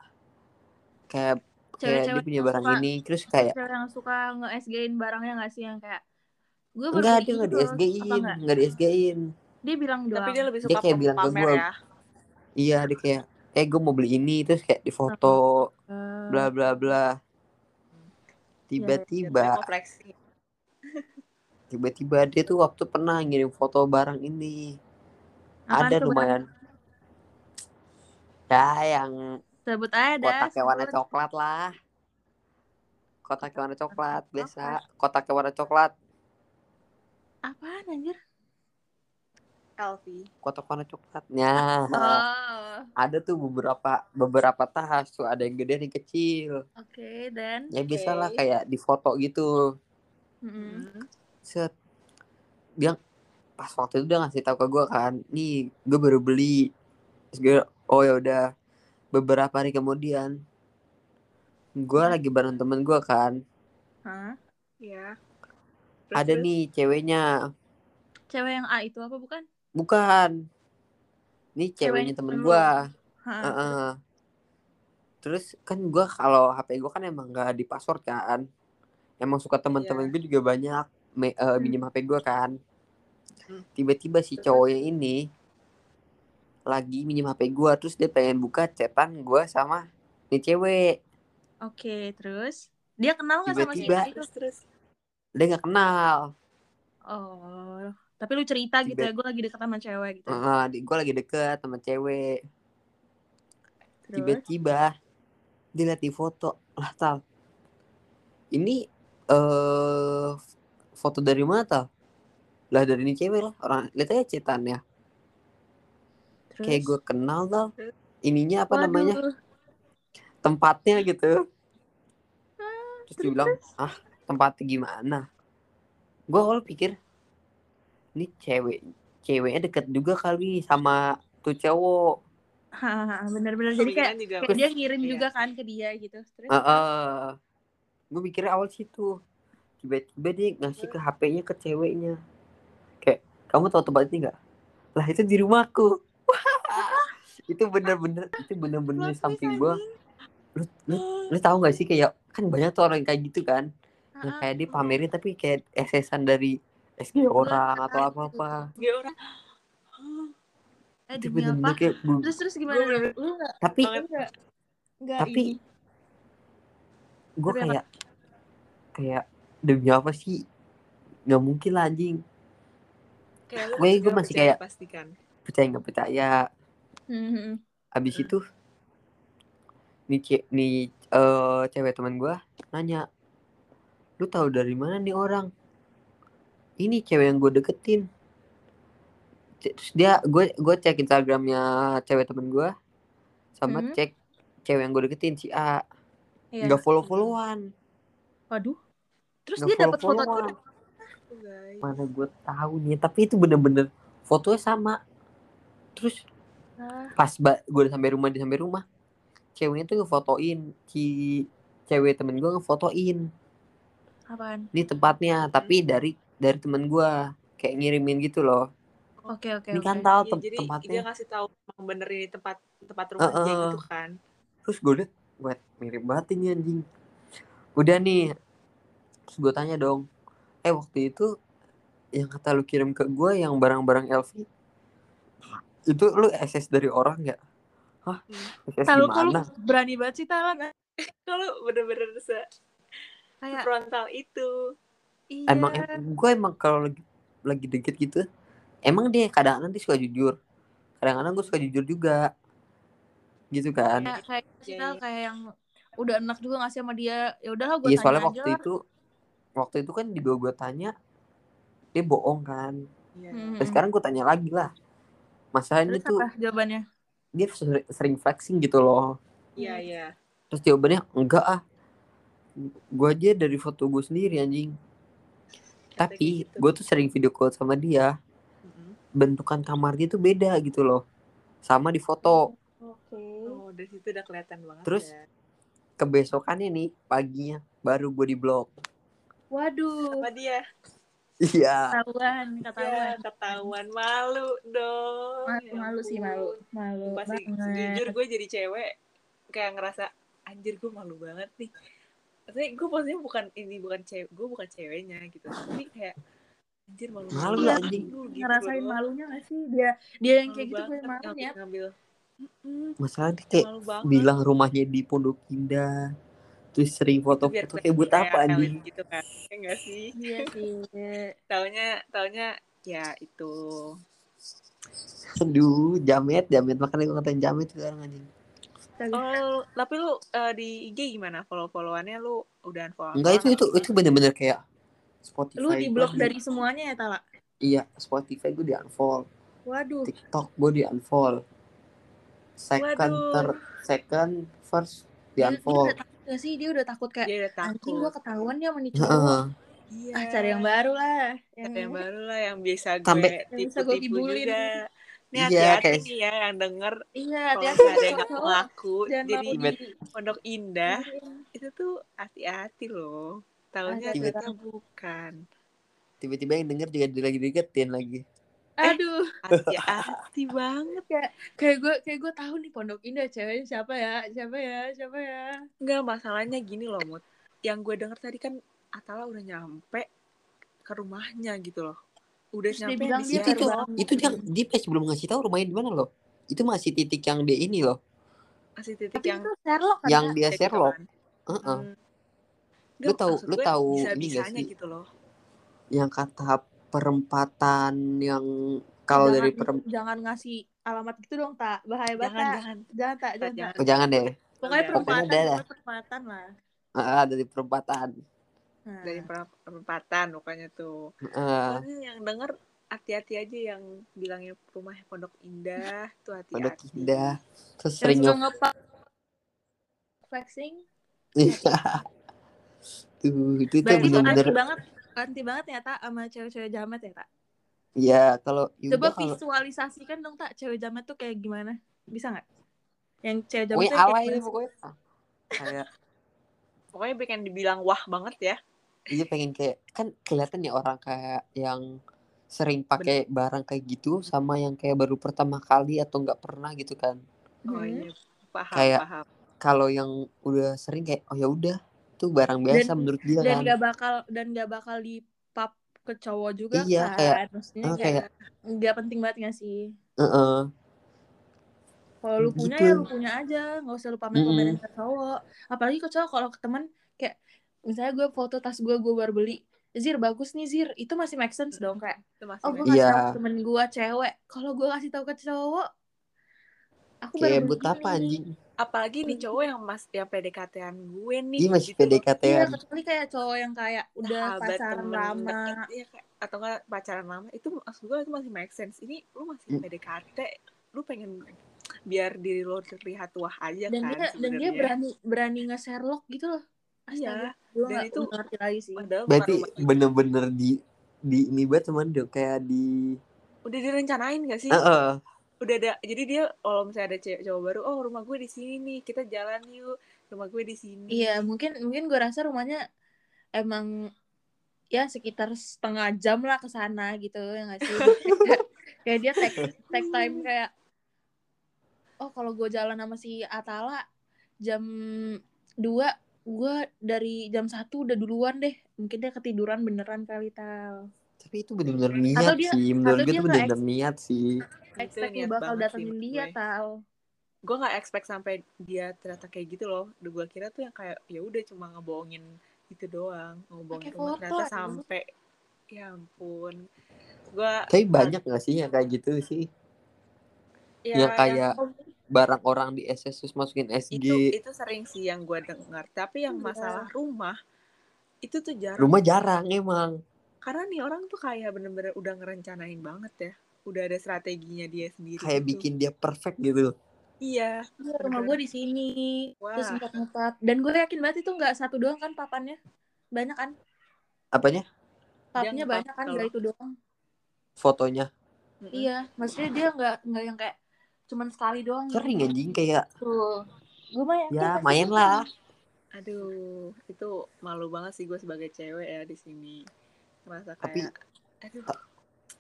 [SPEAKER 3] kayak kayak dia
[SPEAKER 1] Cewek-cewek
[SPEAKER 3] punya
[SPEAKER 1] yang
[SPEAKER 3] barang
[SPEAKER 1] suka-
[SPEAKER 3] ini terus kayak
[SPEAKER 1] Cewek yang suka nge-SG-in barangnya nggak sih yang kayak gue baru
[SPEAKER 3] enggak
[SPEAKER 1] beli
[SPEAKER 3] dia enggak di
[SPEAKER 1] ini loh." Apa
[SPEAKER 3] SG-in,
[SPEAKER 1] nggak?
[SPEAKER 3] enggak di SG-in.
[SPEAKER 1] Dia bilang doang.
[SPEAKER 2] Tapi dia lebih
[SPEAKER 3] Dia
[SPEAKER 2] suka
[SPEAKER 3] kayak bilang ke
[SPEAKER 2] pamer
[SPEAKER 3] gua,
[SPEAKER 2] ya.
[SPEAKER 3] Iya, dia kayak eh gue mau beli ini terus kayak difoto
[SPEAKER 1] Eh,
[SPEAKER 3] bla bla bla.
[SPEAKER 2] Dia
[SPEAKER 1] iya.
[SPEAKER 3] Tiba-tiba,
[SPEAKER 2] mau flexing.
[SPEAKER 3] tiba-tiba dia tuh waktu pernah ngirim foto barang ini.
[SPEAKER 1] apaan
[SPEAKER 3] ada
[SPEAKER 1] tuh, Bang?
[SPEAKER 3] lumayan. Ya, yang
[SPEAKER 1] Sebut aja dah.
[SPEAKER 3] kotaknya warna
[SPEAKER 1] sebut.
[SPEAKER 3] coklat lah. Kotaknya warna coklat biasa.
[SPEAKER 1] Coklat.
[SPEAKER 3] Kotaknya warna coklat,
[SPEAKER 1] Apaan anjir?
[SPEAKER 2] Selfie.
[SPEAKER 3] kotak warna coklatnya.
[SPEAKER 1] Oh,
[SPEAKER 3] Ada tuh beberapa beberapa tas tuh ada yang gede ada yang kecil.
[SPEAKER 1] oke dan.
[SPEAKER 3] Ya
[SPEAKER 2] Oke.
[SPEAKER 3] biasalah kayak di foto gitu. Hmm.
[SPEAKER 1] Mm-mm.
[SPEAKER 2] Mm.
[SPEAKER 3] set dia pas waktu itu dia ngasih tahu ke gue kan nih gue baru beli terus gue oh ya udah beberapa hari kemudian gue lagi bareng temen gue kan
[SPEAKER 1] Hah?
[SPEAKER 2] Iya. Terus,
[SPEAKER 3] ada
[SPEAKER 2] terus.
[SPEAKER 3] nih ceweknya
[SPEAKER 1] Cewek yang A itu apa bukan?
[SPEAKER 3] bukan nih ceweknya
[SPEAKER 1] Ceweknya
[SPEAKER 3] temen
[SPEAKER 1] temen
[SPEAKER 3] gue
[SPEAKER 1] Hah.
[SPEAKER 3] Heeh. Gitu. terus kan gue kalau hp gue kan emang gak di password kan emang
[SPEAKER 2] Iya.
[SPEAKER 3] suka teman-teman gue juga banyak me, eh, minjem hp gue kan
[SPEAKER 2] Hmm.
[SPEAKER 3] tiba-tiba si
[SPEAKER 2] Terus?
[SPEAKER 3] cowoknya ini lagi minjem hp gue terus dia pengen buka cetan gue sama nih cewek
[SPEAKER 1] Oke, terus dia kenal nggak sama si
[SPEAKER 3] Tiba-tiba.
[SPEAKER 1] A itu?
[SPEAKER 2] Terus terus.
[SPEAKER 3] dia nggak kenal
[SPEAKER 1] Oh, tapi lu cerita gitu
[SPEAKER 3] Tiba-
[SPEAKER 1] ya, gue lagi deket sama cewek gitu.
[SPEAKER 3] gue lagi deket sama cewek Eh,
[SPEAKER 1] Terus,
[SPEAKER 3] tiba-tiba dia lihat di foto lah tal ini eh foto dari mana tal lah dari ini cewek lah orang lihat aja cetannya
[SPEAKER 1] terus.
[SPEAKER 3] kayak gue kenal tal ininya apa
[SPEAKER 1] Waduh.
[SPEAKER 3] namanya tempatnya gitu terus dia
[SPEAKER 1] terus,
[SPEAKER 3] bilang ah tempatnya gimana gue awal pikir ini cewek ceweknya deket juga kali sama tuh cowok
[SPEAKER 1] Hahaha, bener-bener jadi
[SPEAKER 3] ya,
[SPEAKER 1] kayak,
[SPEAKER 2] Kemungkinan juga
[SPEAKER 1] kayak dia ngirim
[SPEAKER 2] Iya.
[SPEAKER 1] juga kan ke dia gitu. Terus,
[SPEAKER 3] Ah, gue mikirnya awal situ tiba-tiba dia ngasih ke HP-nya ke ceweknya kayak kamu tahu tempat ini nggak lah itu di rumahku [LAUGHS] itu bener-bener itu bener-bener
[SPEAKER 1] Plot twist,
[SPEAKER 3] samping gue
[SPEAKER 1] anjing.
[SPEAKER 3] lu tahu nggak sih kayak kan banyak tuh orang yang kayak gitu kan
[SPEAKER 1] Ah,
[SPEAKER 3] yang kayak dia pamerin tapi kayak esesan dari SG orang atau apa apa
[SPEAKER 2] Gak orang.
[SPEAKER 1] eh,
[SPEAKER 3] itu
[SPEAKER 1] demi
[SPEAKER 3] bener-bener
[SPEAKER 1] apa?
[SPEAKER 3] kayak bu-
[SPEAKER 1] Terus terus
[SPEAKER 2] Gue
[SPEAKER 1] gimana?
[SPEAKER 2] bener
[SPEAKER 1] Lu nggak
[SPEAKER 3] tapi
[SPEAKER 1] lu nggak nggak
[SPEAKER 3] Tapi-
[SPEAKER 1] ini.
[SPEAKER 3] gue
[SPEAKER 1] Iya. Tapi apa?
[SPEAKER 3] kayak kayak demi apa sih nggak mungkin lah anjing
[SPEAKER 2] kayak lu
[SPEAKER 3] Gue-
[SPEAKER 2] masih
[SPEAKER 3] gue
[SPEAKER 2] gak
[SPEAKER 3] masih
[SPEAKER 2] percaya,
[SPEAKER 3] kayak-
[SPEAKER 2] pastikan.
[SPEAKER 3] percaya nggak percaya
[SPEAKER 1] Hmm,
[SPEAKER 3] abis
[SPEAKER 2] Hmm.
[SPEAKER 3] itu nih ce- nih eh, cewek teman gue nanya lu tahu dari mana nih orang ini cewek yang gue deketin C- terus dia gue gue cek instagramnya cewek temen gue sama
[SPEAKER 1] Hmm.
[SPEAKER 3] cek cewek yang gue deketin si A
[SPEAKER 1] Iya.
[SPEAKER 3] nggak follow followan
[SPEAKER 1] Waduh. Terus
[SPEAKER 3] Nggak
[SPEAKER 1] dia dapat foto
[SPEAKER 3] follow-followan.
[SPEAKER 1] gue.
[SPEAKER 2] Tuh, guys.
[SPEAKER 3] mana gue tahu nih tapi itu bener-bener fotonya sama terus
[SPEAKER 1] Ah,
[SPEAKER 3] pas ba- gue udah sampai rumah di sampai rumah ceweknya tuh ngefotoin si cewek temen gue ngefotoin
[SPEAKER 1] Apaan?
[SPEAKER 3] ini tempatnya tapi
[SPEAKER 2] Hmm.
[SPEAKER 3] dari dari temen gue kayak ngirimin gitu loh
[SPEAKER 1] Oke oke
[SPEAKER 3] ini
[SPEAKER 1] oke.
[SPEAKER 3] kan tahu
[SPEAKER 2] Iya,
[SPEAKER 3] tem-
[SPEAKER 2] jadi
[SPEAKER 3] tempatnya
[SPEAKER 2] dia ngasih tahu emang bener ini tempat tempat rumah dia
[SPEAKER 3] Heeh.
[SPEAKER 2] gitu kan.
[SPEAKER 3] terus gue liat wet mirip banget ini anjing udah nih terus gue tanya dong eh waktu itu yang kata lu kirim ke gue yang barang-barang LV itu lu SS dari orang nggak hah
[SPEAKER 1] Hmm.
[SPEAKER 3] SS
[SPEAKER 1] Kalau kalau iya.
[SPEAKER 3] gimana
[SPEAKER 1] berani banget sih Talan.
[SPEAKER 2] Kalau bener-bener se-
[SPEAKER 1] Kayak
[SPEAKER 2] frontal itu.
[SPEAKER 1] iya.
[SPEAKER 3] emang gue emang kalau lagi lagi deket gitu emang dia kadang-kadang dia suka jujur kadang-kadang gue suka jujur juga gitu kan
[SPEAKER 1] kayak kayak kasih
[SPEAKER 2] Iya,
[SPEAKER 1] tahu
[SPEAKER 2] iya.
[SPEAKER 1] kayak yang udah enak juga ngasih sama dia ya udahlah gue
[SPEAKER 3] iya
[SPEAKER 1] tanya
[SPEAKER 3] soalnya
[SPEAKER 1] aja
[SPEAKER 3] waktu
[SPEAKER 1] lah.
[SPEAKER 3] itu waktu itu kan juga gue tanya dia bohong kan
[SPEAKER 2] Iya.
[SPEAKER 1] Hmm.
[SPEAKER 3] dan sekarang gue tanya lagi lah masalahnya
[SPEAKER 1] terus
[SPEAKER 3] tuh
[SPEAKER 1] apa jawabannya
[SPEAKER 3] dia ser- sering flexing gitu loh
[SPEAKER 2] Iya, iya.
[SPEAKER 3] terus jawabannya enggak ah gue aja dari foto gue sendiri anjing tapi
[SPEAKER 2] Katanya gitu.
[SPEAKER 3] gue tuh sering video call sama dia
[SPEAKER 2] Mm-mm.
[SPEAKER 3] bentukan kamar dia tuh beda gitu loh sama di foto
[SPEAKER 1] oke
[SPEAKER 2] Oh, dari situ udah kelihatan banget
[SPEAKER 3] Terus?
[SPEAKER 2] ya.
[SPEAKER 3] kebesokannya nih paginya baru gue di blok [LAUGHS]
[SPEAKER 1] waduh
[SPEAKER 2] Sama dia.
[SPEAKER 3] iya
[SPEAKER 1] ketahuan
[SPEAKER 2] Ya,
[SPEAKER 1] ketahuan
[SPEAKER 2] ketahuan malu dong.
[SPEAKER 1] malu,
[SPEAKER 2] Ya
[SPEAKER 1] malu sih
[SPEAKER 2] ampun.
[SPEAKER 1] malu malu
[SPEAKER 2] Sumpah sih, gitu jujur
[SPEAKER 1] banget
[SPEAKER 2] gue jadi cewek kayak ngerasa anjir gue malu banget nih. Tapi gue posisinya bukan ini bukan cewek, gue bukan ceweknya gitu. Tapi kayak anjir malu.
[SPEAKER 3] Malu
[SPEAKER 1] lah,
[SPEAKER 3] anjing.
[SPEAKER 2] gitu
[SPEAKER 1] ngerasain malunya gak sih dia dia yang kayak gitu gue malu ya
[SPEAKER 2] Ngambil. Mm-mm,
[SPEAKER 3] masalahnya dia kayak
[SPEAKER 2] malu banget.
[SPEAKER 3] bilang rumahnya di Pondok Indah terus sering foto-foto kayak buat
[SPEAKER 2] kelihatan
[SPEAKER 3] apa
[SPEAKER 2] gitu kayak elit
[SPEAKER 3] anjing [LAUGHS]
[SPEAKER 2] gitu kan. Ya enggak sih?
[SPEAKER 1] iya sih
[SPEAKER 2] Taunya taunya ya itu.
[SPEAKER 3] aduh jamet jamet makanya gue katain jamet sekarang anjing
[SPEAKER 1] Kagak.
[SPEAKER 2] Oh, lu- tapi lu eh, di IG gimana? Follow-followannya lu udahan follow
[SPEAKER 3] enggak itu itu itu bener-bener kayak Spotify
[SPEAKER 1] lu di blok
[SPEAKER 3] gua
[SPEAKER 1] dari semuanya ya Tala
[SPEAKER 3] iya Spotify gue di unfollow
[SPEAKER 1] waduh
[SPEAKER 3] TikTok gue di unfollow second
[SPEAKER 2] Waduh.
[SPEAKER 3] ter second first di
[SPEAKER 1] dia, dia
[SPEAKER 3] unfollow
[SPEAKER 1] udah takut gak sih dia udah takut kayak
[SPEAKER 2] Iya,
[SPEAKER 1] "Ah,
[SPEAKER 2] Dia udah
[SPEAKER 1] anjing
[SPEAKER 2] takut.
[SPEAKER 1] gue ketahuan ya meni
[SPEAKER 3] [LAUGHS] Heeh.
[SPEAKER 1] cowok
[SPEAKER 2] Iya.
[SPEAKER 1] ah cari yang baru lah ya kan? yang,
[SPEAKER 2] Cari yang baru lah yang biasa gue
[SPEAKER 3] Sampai-
[SPEAKER 1] Yang bisa gue
[SPEAKER 2] tipu-tipu
[SPEAKER 1] kibulin.
[SPEAKER 2] juga. Ini
[SPEAKER 3] Iya,
[SPEAKER 2] hati-hati
[SPEAKER 3] kayak-
[SPEAKER 2] nih ya yang denger
[SPEAKER 1] iya
[SPEAKER 2] kalau
[SPEAKER 1] hati-hati
[SPEAKER 2] nggak ada yang ngaku
[SPEAKER 1] cowok-cowok
[SPEAKER 2] ngaku.
[SPEAKER 1] jangan Eh,
[SPEAKER 2] Jadi
[SPEAKER 1] mau
[SPEAKER 3] Tiba-
[SPEAKER 1] di
[SPEAKER 2] Pondok Indah itu tuh hati-hati loh. Taunya
[SPEAKER 1] Hati-hati
[SPEAKER 2] ternyata
[SPEAKER 1] banget.
[SPEAKER 2] bukan.
[SPEAKER 3] tiba-tiba yang denger juga dia lagi deketin lagi
[SPEAKER 1] aduh
[SPEAKER 2] Hati-hati [LAUGHS] banget.
[SPEAKER 1] kayak gue kayak gue tahu nih pondok indah ceweknya siapa ya siapa ya siapa ya
[SPEAKER 2] Enggak masalahnya gini loh Mut. Yang gue denger tadi kan Atala udah nyampe ke rumahnya gitu loh. Udah
[SPEAKER 1] Terus dia
[SPEAKER 2] nyampe
[SPEAKER 1] bilang gitu
[SPEAKER 2] di
[SPEAKER 1] dia
[SPEAKER 3] itu
[SPEAKER 2] situ
[SPEAKER 3] itu
[SPEAKER 1] baru
[SPEAKER 3] itu dia dia pas belum ngasih tahu rumahnya di mana loh itu masih titik yang dia ini loh
[SPEAKER 2] masih titik
[SPEAKER 1] tapi
[SPEAKER 2] yang
[SPEAKER 1] itu Sherlock kan
[SPEAKER 3] yang
[SPEAKER 1] Kak?
[SPEAKER 3] dia
[SPEAKER 2] kayak gitu
[SPEAKER 3] Sherlock
[SPEAKER 2] kan.
[SPEAKER 3] Heeh.
[SPEAKER 2] Hmm.
[SPEAKER 3] Lu
[SPEAKER 2] Nggak,
[SPEAKER 3] tahu-
[SPEAKER 2] maksud
[SPEAKER 3] lu
[SPEAKER 2] gue
[SPEAKER 3] tahu ini nggak
[SPEAKER 2] bisa-bisanya
[SPEAKER 3] sih?
[SPEAKER 2] gitu loh.
[SPEAKER 3] yang kata perempatan yang kalau
[SPEAKER 1] jangan
[SPEAKER 3] dari perem
[SPEAKER 1] jangan ngasih alamat gitu dong tak bahaya banget
[SPEAKER 2] Jangan,
[SPEAKER 1] Tak.
[SPEAKER 2] jangan.
[SPEAKER 1] jangan tak
[SPEAKER 2] Tak,
[SPEAKER 1] jangan tak
[SPEAKER 2] jangan.
[SPEAKER 3] oh, jangan deh
[SPEAKER 1] pokoknya
[SPEAKER 2] Udah.
[SPEAKER 1] perempatan
[SPEAKER 3] Pokoknya ada
[SPEAKER 1] pokoknya perempatan lah
[SPEAKER 3] Ah, dari perempatan
[SPEAKER 1] nah.
[SPEAKER 2] Dari per- perempatan pokoknya tuh.
[SPEAKER 3] Ah,
[SPEAKER 2] Pokoknya yang denger hati-hati aja yang bilangnya rumahnya Pondok Indah tuh hati-hati.
[SPEAKER 3] Pondok Indah terus
[SPEAKER 1] yang
[SPEAKER 3] sering
[SPEAKER 1] suka
[SPEAKER 3] nge-
[SPEAKER 1] ngepak flexing
[SPEAKER 3] Iya. tuh itu
[SPEAKER 1] berarti
[SPEAKER 3] tuh
[SPEAKER 1] itu anti
[SPEAKER 3] bener-bener
[SPEAKER 1] banget anti banget ya tak sama cewek-cewek jamet ya tak
[SPEAKER 3] ya kalau
[SPEAKER 1] coba
[SPEAKER 3] Yuda kalau
[SPEAKER 1] visualisasikan dong tak cewek jamet tuh kayak gimana bisa nggak yang cewek jamet
[SPEAKER 3] pokoknya
[SPEAKER 1] tuh
[SPEAKER 3] awal
[SPEAKER 1] kayak
[SPEAKER 3] ini
[SPEAKER 1] gimana sih?
[SPEAKER 3] pokoknya ah, kayak
[SPEAKER 2] Pokoknya pengen dibilang wah banget ya.
[SPEAKER 3] dia pengen kayak kan kelihatan ya orang kayak yang sering pakai barang kayak gitu sama yang kayak baru pertama kali atau nggak pernah gitu kan
[SPEAKER 2] Oh
[SPEAKER 1] Hmm.
[SPEAKER 2] iya, paham,
[SPEAKER 3] Kayak-
[SPEAKER 2] paham.
[SPEAKER 3] kalau yang udah sering kayak oh ya udah tuh barang biasa menurut dia
[SPEAKER 1] dan
[SPEAKER 3] kan
[SPEAKER 1] nggak bakal dan nggak bakal di pub ke cowok juga kan
[SPEAKER 3] Iya, kayak-
[SPEAKER 1] maksudnya
[SPEAKER 3] eh,
[SPEAKER 1] kayak
[SPEAKER 3] kayak-
[SPEAKER 1] nggak penting banget nggak sih
[SPEAKER 3] Heeh.
[SPEAKER 1] kalau lu punya
[SPEAKER 3] Gitu.
[SPEAKER 1] ya lu punya aja nggak usah lu pamer-pamerin ke cowok apalagi ke cowok kalau ke teman kayak misalnya gue foto tas gue gue baru beli Zir bagus nih Zir itu masih make sense dong kayak
[SPEAKER 2] itu masih
[SPEAKER 1] oh gue
[SPEAKER 2] baik.
[SPEAKER 1] kasih
[SPEAKER 3] Iya.
[SPEAKER 1] tau ke temen gue cewek kalau gue kasih tau ke cowok aku baru
[SPEAKER 3] kayak
[SPEAKER 1] beli
[SPEAKER 3] buat apa
[SPEAKER 1] ini."
[SPEAKER 3] anjing
[SPEAKER 2] apalagi nih cowok yang mas yang PDKT-an gue nih
[SPEAKER 3] dia masih
[SPEAKER 2] gitu loh.
[SPEAKER 3] PDKT
[SPEAKER 1] iya kecuali kayak cowok yang kayak udah
[SPEAKER 2] Sahabat,
[SPEAKER 1] pacaran
[SPEAKER 2] temen
[SPEAKER 1] lama
[SPEAKER 2] deket, iya, kayak- atau enggak pacaran lama itu maksud gue itu masih make sense ini lu masih
[SPEAKER 3] Mm.
[SPEAKER 2] PDKT lu pengen biar diri lo terlihat wah aja
[SPEAKER 1] dan
[SPEAKER 2] kan
[SPEAKER 1] dia dan dia gitu.
[SPEAKER 2] sebenarnya.
[SPEAKER 1] berani berani nge Sherlock gitu loh
[SPEAKER 2] Iya.
[SPEAKER 1] Astaga, gue
[SPEAKER 2] Dan
[SPEAKER 1] nggak
[SPEAKER 2] itu-
[SPEAKER 1] ngerti lagi sih
[SPEAKER 2] padahal bukan
[SPEAKER 3] berarti
[SPEAKER 2] rumah itu.
[SPEAKER 3] bener-bener di di ini banget teman dong kayak di
[SPEAKER 2] udah direncanain gak sih
[SPEAKER 3] Heeh.
[SPEAKER 2] udah ada jadi dia kalau misalnya ada cewek cowok baru oh rumah gue di sini nih kita jalan yuk rumah gue di sini
[SPEAKER 1] Iya, mungkin mungkin gue rasa rumahnya emang ya sekitar setengah jam lah ke sana gitu ya nggak
[SPEAKER 2] [LAUGHS]
[SPEAKER 1] sih? [LAUGHS] kayak dia take take time kayak oh kalau gue jalan sama si Atala jam 2 gue dari jam satu udah duluan deh mungkin dia ketiduran beneran kali tal
[SPEAKER 3] tapi itu bener-bener niat
[SPEAKER 1] dia-
[SPEAKER 3] sih menurut
[SPEAKER 1] atau
[SPEAKER 3] gue
[SPEAKER 1] dia
[SPEAKER 3] itu
[SPEAKER 1] nggak
[SPEAKER 3] bener-bener niat sih
[SPEAKER 2] Itu
[SPEAKER 1] expect lu
[SPEAKER 2] gitu, niat
[SPEAKER 1] bakal
[SPEAKER 2] banget sih
[SPEAKER 1] datengin
[SPEAKER 2] menurut
[SPEAKER 1] dia
[SPEAKER 2] gue.
[SPEAKER 1] tal
[SPEAKER 2] gue nggak expect sampai dia ternyata kayak gitu loh gue kira tuh yang kayak ya udah cuma ngebohongin gitu doang
[SPEAKER 1] Pakai
[SPEAKER 2] ngebohongin rumah
[SPEAKER 1] foto,
[SPEAKER 2] ternyata
[SPEAKER 1] aduh.
[SPEAKER 2] sampai ya ampun gue
[SPEAKER 3] tapi banyak gak sih yang kayak gitu sih
[SPEAKER 2] ya,
[SPEAKER 3] yang kayak barang orang di SS terus masukin SG
[SPEAKER 2] itu itu sering sih yang gue dengar tapi yang
[SPEAKER 1] Iya.
[SPEAKER 2] masalah rumah itu tuh jarang
[SPEAKER 3] rumah jarang emang
[SPEAKER 2] karena nih orang tuh kayak bener-bener udah ngerencanain banget ya udah ada strateginya dia sendiri
[SPEAKER 3] kayak
[SPEAKER 2] gitu.
[SPEAKER 3] bikin dia perfect gitu
[SPEAKER 2] iya
[SPEAKER 1] Iya, rumah gue di sini
[SPEAKER 2] Wah.
[SPEAKER 1] terus empat dan gue yakin banget itu nggak satu doang kan papannya banyak kan
[SPEAKER 3] apanya
[SPEAKER 1] papnya
[SPEAKER 2] Jangan
[SPEAKER 1] banyak
[SPEAKER 2] pap
[SPEAKER 1] kan
[SPEAKER 2] kalau-
[SPEAKER 1] nggak itu doang
[SPEAKER 3] fotonya
[SPEAKER 2] Mm-mm.
[SPEAKER 1] iya maksudnya dia nggak nggak yang kayak cuman sekali doang
[SPEAKER 3] sering anjing kayak
[SPEAKER 1] tuh gue mah yakin
[SPEAKER 3] ya
[SPEAKER 1] pasti
[SPEAKER 3] main
[SPEAKER 1] sering.
[SPEAKER 3] lah
[SPEAKER 2] aduh itu malu banget sih gue sebagai cewek ya di sini merasa
[SPEAKER 3] Tapi-
[SPEAKER 2] kayak aduh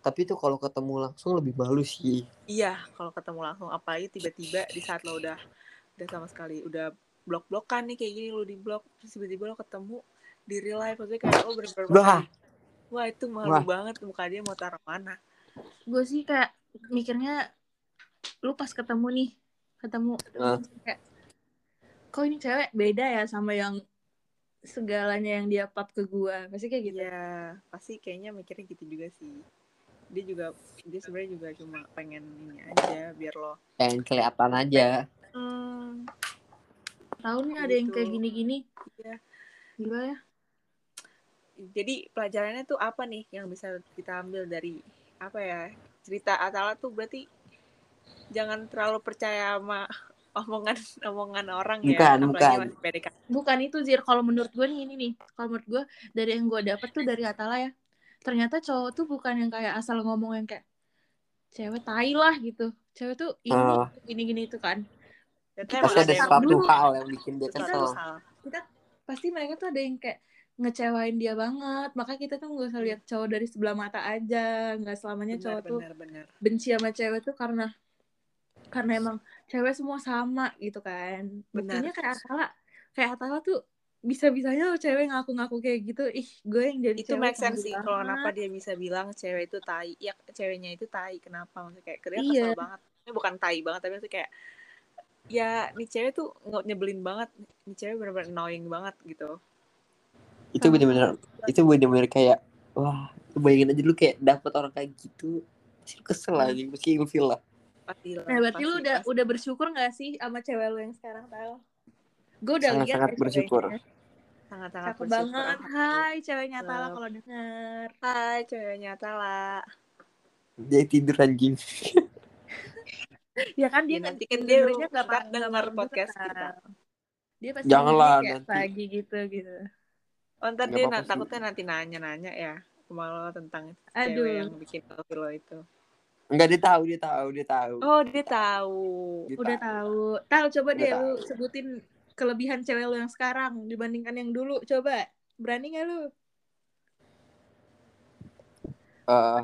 [SPEAKER 3] tapi tuh kalau ketemu langsung lebih malu sih
[SPEAKER 2] iya kalau ketemu langsung apalagi tiba-tiba di saat lo udah udah sama sekali udah blok-blokan nih kayak gini lo di blok terus tiba-tiba lo ketemu di real life maksudnya kayak lo bener-bener
[SPEAKER 3] Wah.
[SPEAKER 2] wah itu malu
[SPEAKER 3] Wah.
[SPEAKER 2] banget muka dia mau taruh mana
[SPEAKER 1] gue sih kayak mikirnya lu pas ketemu nih ketemu
[SPEAKER 3] Heeh.
[SPEAKER 1] kayak kok ini cewek beda ya sama yang segalanya yang dia pap ke gue pasti kayak gitu
[SPEAKER 2] Iya, pasti kayaknya mikirnya gitu juga sih. Dia juga, dia sebenarnya juga cuma pengen ini aja biar lo.
[SPEAKER 3] pengen kelihatan aja
[SPEAKER 2] Hmm,
[SPEAKER 1] tahunnya ada yang
[SPEAKER 2] Gitu.
[SPEAKER 1] kayak gini-gini
[SPEAKER 2] Iya.
[SPEAKER 1] gila ya
[SPEAKER 2] jadi pelajarannya tuh apa nih yang bisa kita ambil dari apa ya cerita Atala tuh berarti jangan terlalu percaya sama [LAUGHS] omongan omongan orang ya apalagi
[SPEAKER 3] Bukan, bukan.
[SPEAKER 2] masih kan. PDKT.
[SPEAKER 1] Bukan itu Zir, kalau menurut gue nih ini nih, kalau menurut gue dari yang gue dapet tuh dari Atala ya, ternyata cowok tuh bukan yang kayak asal ngomong yang kayak cewek tai lah gitu, cewek tuh ini
[SPEAKER 3] Ah.
[SPEAKER 1] gini-gini itu kan,
[SPEAKER 2] Ternyata
[SPEAKER 1] Kita
[SPEAKER 2] emang
[SPEAKER 3] pasti ada
[SPEAKER 1] yang
[SPEAKER 3] sesuatu
[SPEAKER 1] dulu.
[SPEAKER 3] hal yang bikin dia
[SPEAKER 2] sesuatu
[SPEAKER 3] kesel
[SPEAKER 2] hal.
[SPEAKER 1] pasti mereka tuh ada yang kayak ngecewain dia banget, makanya kita tuh nggak usah lihat cowok dari sebelah mata aja, nggak selamanya
[SPEAKER 2] Benar,
[SPEAKER 1] cowok tuh
[SPEAKER 2] benar, benar.
[SPEAKER 1] benci sama cewek tuh karena karena emang cewek semua sama gitu kan,
[SPEAKER 2] Benar.
[SPEAKER 1] buktinya kayak Atala, kayak Atala tuh bisa-bisanya loh cewek ngaku-ngaku kayak gitu, ih gue yang jadi
[SPEAKER 2] Itu
[SPEAKER 1] cewek
[SPEAKER 2] make
[SPEAKER 1] malu
[SPEAKER 2] sense sih kalau
[SPEAKER 1] banget.
[SPEAKER 2] kenapa dia bisa bilang cewek itu tai, ya ceweknya itu tai kenapa maksudnya kayak dia
[SPEAKER 1] Iya.
[SPEAKER 2] kesel banget. Ini bukan tai banget tapi maksudnya kayak ya nih cewek tuh nggak nyebelin banget, nih cewek benar-benar annoying banget gitu.
[SPEAKER 3] itu bener-bener itu bener-bener kayak wah lu bayangin aja lu kayak dapet orang kayak gitu pasti lu kesel
[SPEAKER 1] Iya.
[SPEAKER 2] Hmm.
[SPEAKER 3] anjing pasti ilfil lah
[SPEAKER 2] Pasti lah,
[SPEAKER 1] Nah, berarti
[SPEAKER 2] pasti,
[SPEAKER 1] lu udah
[SPEAKER 2] pasti.
[SPEAKER 1] udah bersyukur gak sih sama cewek lu yang sekarang tahu? Gue udah
[SPEAKER 3] Sangat-
[SPEAKER 1] lihat
[SPEAKER 3] sangat
[SPEAKER 1] deh
[SPEAKER 3] bersyukur.
[SPEAKER 1] ceweknya.
[SPEAKER 2] sangat-sangat
[SPEAKER 1] Cakep
[SPEAKER 2] bersyukur.
[SPEAKER 1] banget.
[SPEAKER 2] Alhamdulillah.
[SPEAKER 1] Hai, ceweknya Tala
[SPEAKER 2] Cakep.
[SPEAKER 1] kalau denger.
[SPEAKER 2] Hai, cewek nyata lah.
[SPEAKER 3] dia tidur anjing [LAUGHS]
[SPEAKER 1] Ya kan dia
[SPEAKER 2] Ya, nanti
[SPEAKER 1] nanti
[SPEAKER 2] kan dia
[SPEAKER 1] dengerinnya nggak
[SPEAKER 2] ntar
[SPEAKER 1] ma-
[SPEAKER 2] denger
[SPEAKER 1] nggak malam juga,
[SPEAKER 2] podcast
[SPEAKER 1] Tal.
[SPEAKER 2] kita.
[SPEAKER 1] Dia pasti
[SPEAKER 3] Janganlah,
[SPEAKER 1] dengerinnya kayak
[SPEAKER 3] nanti.
[SPEAKER 1] pagi gitu gitu.
[SPEAKER 2] Oh, ntar
[SPEAKER 3] Nggak
[SPEAKER 2] dia
[SPEAKER 3] apa-apa
[SPEAKER 2] na-
[SPEAKER 3] sih.
[SPEAKER 2] takutnya nanti nanya-nanya ya sama lo tentang
[SPEAKER 1] Aduh.
[SPEAKER 2] cewek yang bikin lo lo itu.
[SPEAKER 3] enggak dia tahu dia tahu dia tahu
[SPEAKER 2] Oh, dia tahu.
[SPEAKER 3] Dia
[SPEAKER 1] Udah
[SPEAKER 3] tahu.
[SPEAKER 1] tahu. Tal coba
[SPEAKER 3] Udah
[SPEAKER 1] deh lu sebutin kelebihan cewek lu yang sekarang dibandingkan yang dulu coba. Berani gak lu?
[SPEAKER 3] Eh,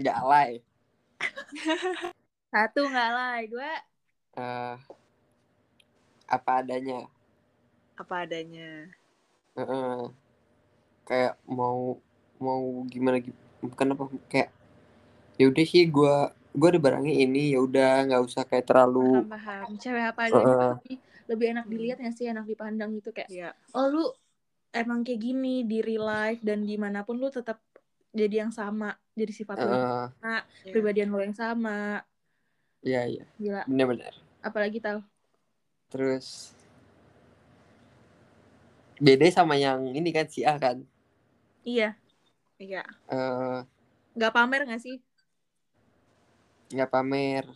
[SPEAKER 3] nggak alay
[SPEAKER 1] Satu nggak lah, dua
[SPEAKER 3] Eh, apa adanya
[SPEAKER 2] apa adanya
[SPEAKER 3] Heeh. kayak mau mau gimana gitu kenapa kayak ya udah sih gua gua ada barangnya ini ya udah nggak usah kayak terlalu
[SPEAKER 1] paham paham cewek apa aja
[SPEAKER 3] Heeh.
[SPEAKER 1] tapi lebih enak dilihat ya sih enak dipandang gitu kayak
[SPEAKER 2] ya
[SPEAKER 1] oh lu emang kayak gini di real life dan dimanapun lu tetap jadi yang sama jadi sifat lu
[SPEAKER 3] Heeh.
[SPEAKER 2] Iya.
[SPEAKER 1] kepribadian lo yang sama
[SPEAKER 3] eh, iya iya
[SPEAKER 1] gila
[SPEAKER 3] benar-benar
[SPEAKER 1] apalagi tau
[SPEAKER 3] terus beda sama yang ini kan si A kan
[SPEAKER 1] iya
[SPEAKER 2] iya
[SPEAKER 3] Eh,
[SPEAKER 1] nggak pamer nggak sih
[SPEAKER 3] nggak pamer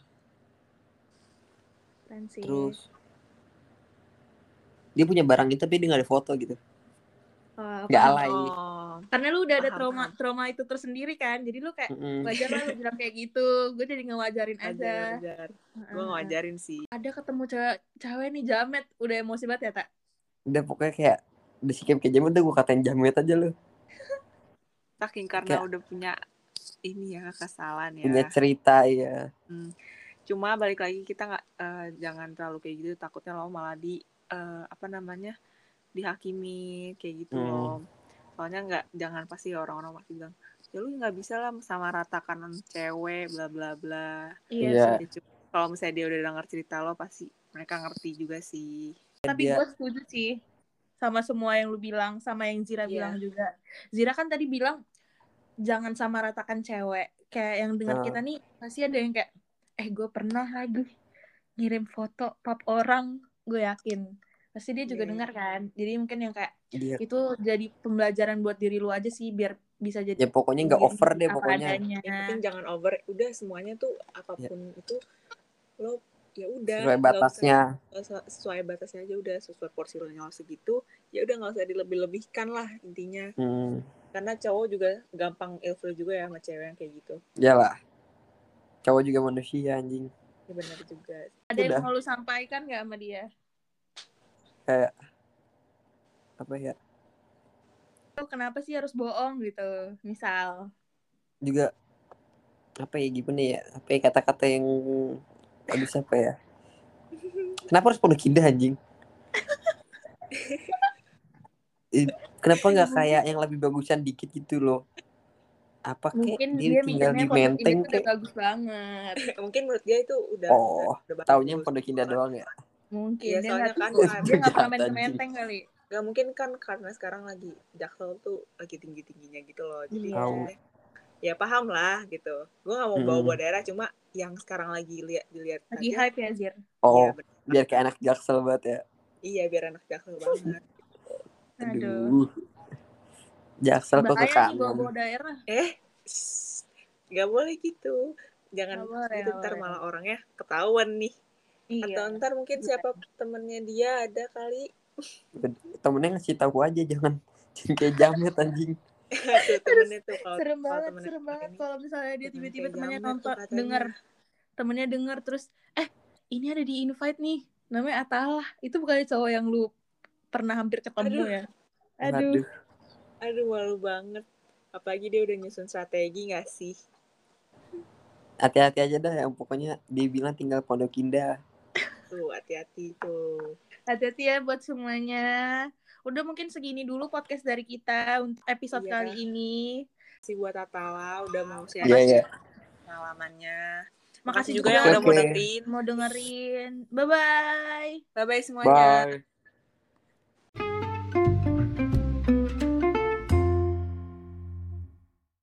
[SPEAKER 1] Keren sih.
[SPEAKER 3] terus dia punya barang itu tapi dia nggak ada foto gitu
[SPEAKER 1] Oh,
[SPEAKER 3] nggak
[SPEAKER 1] paham.
[SPEAKER 3] alay
[SPEAKER 2] oh
[SPEAKER 1] karena lu udah ada
[SPEAKER 2] Paham,
[SPEAKER 1] trauma trauma itu tersendiri kan jadi lu kayak
[SPEAKER 3] Mm-mm.
[SPEAKER 1] wajar lah lu bilang kayak gitu gue jadi ngewajarin aja
[SPEAKER 2] wajar wajar
[SPEAKER 1] Heeh.
[SPEAKER 2] gue ngajarin sih
[SPEAKER 1] ada ketemu cewek cewek nih jamet udah emosi banget ya tak
[SPEAKER 3] udah pokoknya kayak udah sikap kayak jamet udah gue katain jamet aja lu
[SPEAKER 2] saking karena
[SPEAKER 3] Kayak-
[SPEAKER 2] udah punya ini ya kesalahan ya
[SPEAKER 3] punya cerita ya
[SPEAKER 2] Hmm. Cuma balik lagi kita nggak eh, jangan terlalu kayak gitu takutnya lo malah di eh, apa namanya dihakimi kayak gitu
[SPEAKER 3] Hmm.
[SPEAKER 2] loh. Soalnya nggak jangan pasti orang-orang pasti bilang ya lu nggak bisa lah sama ratakan cewek bla bla bla. Ya,
[SPEAKER 3] Iya.
[SPEAKER 2] cu- Kalau misalnya dia udah denger cerita lo pasti mereka ngerti juga sih.
[SPEAKER 1] tapi
[SPEAKER 2] Iya.
[SPEAKER 3] dia
[SPEAKER 1] gue setuju sih sama semua yang lu bilang sama yang Zira
[SPEAKER 2] Iya.
[SPEAKER 1] bilang juga Zira kan tadi bilang jangan sama ratakan cewek kayak yang dengar
[SPEAKER 3] Hmm.
[SPEAKER 1] kita nih pasti ada yang kayak eh gue pernah lagi ngirim foto pap orang gue yakin pasti dia juga
[SPEAKER 2] Iya.
[SPEAKER 1] dengar kan jadi mungkin yang kayak
[SPEAKER 3] dia
[SPEAKER 1] itu jadi pembelajaran buat diri lu aja sih biar bisa jadi
[SPEAKER 3] ya
[SPEAKER 1] Iya,
[SPEAKER 3] pokoknya nggak over deh pokoknya
[SPEAKER 2] Yang penting jangan over. Udah semuanya tuh apapun itu lo ya udah
[SPEAKER 3] Ya. sesuai
[SPEAKER 2] nggak usah-
[SPEAKER 3] batasnya
[SPEAKER 2] Sesu- sesuai batasnya aja udah sesuai porsi lo nyawa segitu ya udah nggak usah dilebih-lebihkan lah intinya
[SPEAKER 3] hmm.
[SPEAKER 2] karena cowok juga gampang ilfil juga ya sama cewek yang kayak gitu
[SPEAKER 3] Yalah. cowok juga manusia anjing
[SPEAKER 2] ya benar juga
[SPEAKER 1] ada yang
[SPEAKER 3] udah.
[SPEAKER 1] mau lu sampaikan gak sama dia
[SPEAKER 3] apa ya
[SPEAKER 1] lu kenapa sih harus bohong gitu misal
[SPEAKER 3] juga apa ya gimana ya apa ya kata-kata yang aduh siapa ya kenapa harus penuh kinda anjing Ih, kenapa nggak kayak yang lebih bagusan dikit gitu loh apa kek
[SPEAKER 1] mungkin dia
[SPEAKER 3] dia,
[SPEAKER 1] mikirnya
[SPEAKER 3] tinggal di
[SPEAKER 1] foto ini
[SPEAKER 3] menteng
[SPEAKER 1] tuh udah
[SPEAKER 3] kek
[SPEAKER 1] bagus
[SPEAKER 2] [LAUGHS]
[SPEAKER 1] banget
[SPEAKER 2] [LAUGHS] mungkin menurut dia itu udah
[SPEAKER 3] Oh,
[SPEAKER 2] udah bagus.
[SPEAKER 3] taunya pondok indah doang ya
[SPEAKER 1] mungkin
[SPEAKER 2] Iya,
[SPEAKER 1] dia
[SPEAKER 2] soalnya
[SPEAKER 1] nggak
[SPEAKER 2] kan
[SPEAKER 1] tahu.
[SPEAKER 2] ada-
[SPEAKER 1] dia nggak pernah main ke
[SPEAKER 3] [LAUGHS] Anjing.
[SPEAKER 1] menteng kali
[SPEAKER 2] nggak mungkin kan karena sekarang lagi jaksel tuh lagi tinggi tingginya gitu loh jadi
[SPEAKER 1] Iya.
[SPEAKER 2] maksudnya, ya paham lah gitu gue nggak mau
[SPEAKER 3] Hmm.
[SPEAKER 2] bawa bawa daerah cuma yang sekarang lagi lihat dilihat
[SPEAKER 1] lagi
[SPEAKER 2] aja,
[SPEAKER 1] hype ya Zir
[SPEAKER 2] iya,
[SPEAKER 3] oh
[SPEAKER 2] bener.
[SPEAKER 3] biar kayak anak jaksel banget ya
[SPEAKER 2] iya biar anak
[SPEAKER 1] [LAUGHS]
[SPEAKER 2] jaksel banget
[SPEAKER 1] aduh
[SPEAKER 3] aduh jaksel kok
[SPEAKER 1] bahaya
[SPEAKER 3] ke
[SPEAKER 1] nih
[SPEAKER 3] kanan
[SPEAKER 1] bawa-bawa daerah
[SPEAKER 2] eh shh, nggak boleh gitu jangan
[SPEAKER 1] Nggak boleh,
[SPEAKER 2] gitu
[SPEAKER 1] nggak
[SPEAKER 2] ntar
[SPEAKER 1] boleh.
[SPEAKER 2] malah orangnya ketahuan nih atau
[SPEAKER 1] iya
[SPEAKER 2] ntar mungkin
[SPEAKER 1] Iya.
[SPEAKER 2] siapa temennya dia ada kali
[SPEAKER 3] temennya ngasih tahu aja jangan [LAUGHS] jangan kayak jamet anjing
[SPEAKER 2] tuh temennya tuh kalau
[SPEAKER 1] serem
[SPEAKER 2] kalau
[SPEAKER 1] banget
[SPEAKER 2] temennya
[SPEAKER 1] serem
[SPEAKER 2] pakai
[SPEAKER 1] banget
[SPEAKER 2] ini.
[SPEAKER 1] kalau misalnya dia
[SPEAKER 2] Jangan
[SPEAKER 1] tiba-tiba
[SPEAKER 2] kayak
[SPEAKER 1] temannya
[SPEAKER 2] jamet tuh
[SPEAKER 1] nonton
[SPEAKER 2] katanya.
[SPEAKER 1] denger temennya denger terus eh ini ada di invite nih namanya Atalah itu bukan cowok yang lu pernah hampir ketemu
[SPEAKER 2] Aduh.
[SPEAKER 1] ya aduh
[SPEAKER 3] aduh
[SPEAKER 2] aduh malu banget apalagi dia udah nyusun strategi nggak sih
[SPEAKER 3] hati-hati aja dah yang pokoknya dia bilang tinggal pondok indah
[SPEAKER 2] tuh hati-hati tuh
[SPEAKER 1] hati-hati ya buat semuanya udah mungkin segini dulu podcast dari kita untuk episode
[SPEAKER 2] Iya.
[SPEAKER 1] kali ini
[SPEAKER 2] si buat Atala udah mau share
[SPEAKER 3] iya iya
[SPEAKER 2] pengalamannya
[SPEAKER 1] makasih
[SPEAKER 2] makasih ya
[SPEAKER 1] juga ya
[SPEAKER 2] juga yang udah mau
[SPEAKER 3] Oke.
[SPEAKER 2] dengerin
[SPEAKER 1] mau dengerin bye bye
[SPEAKER 2] bye bye semuanya
[SPEAKER 3] bye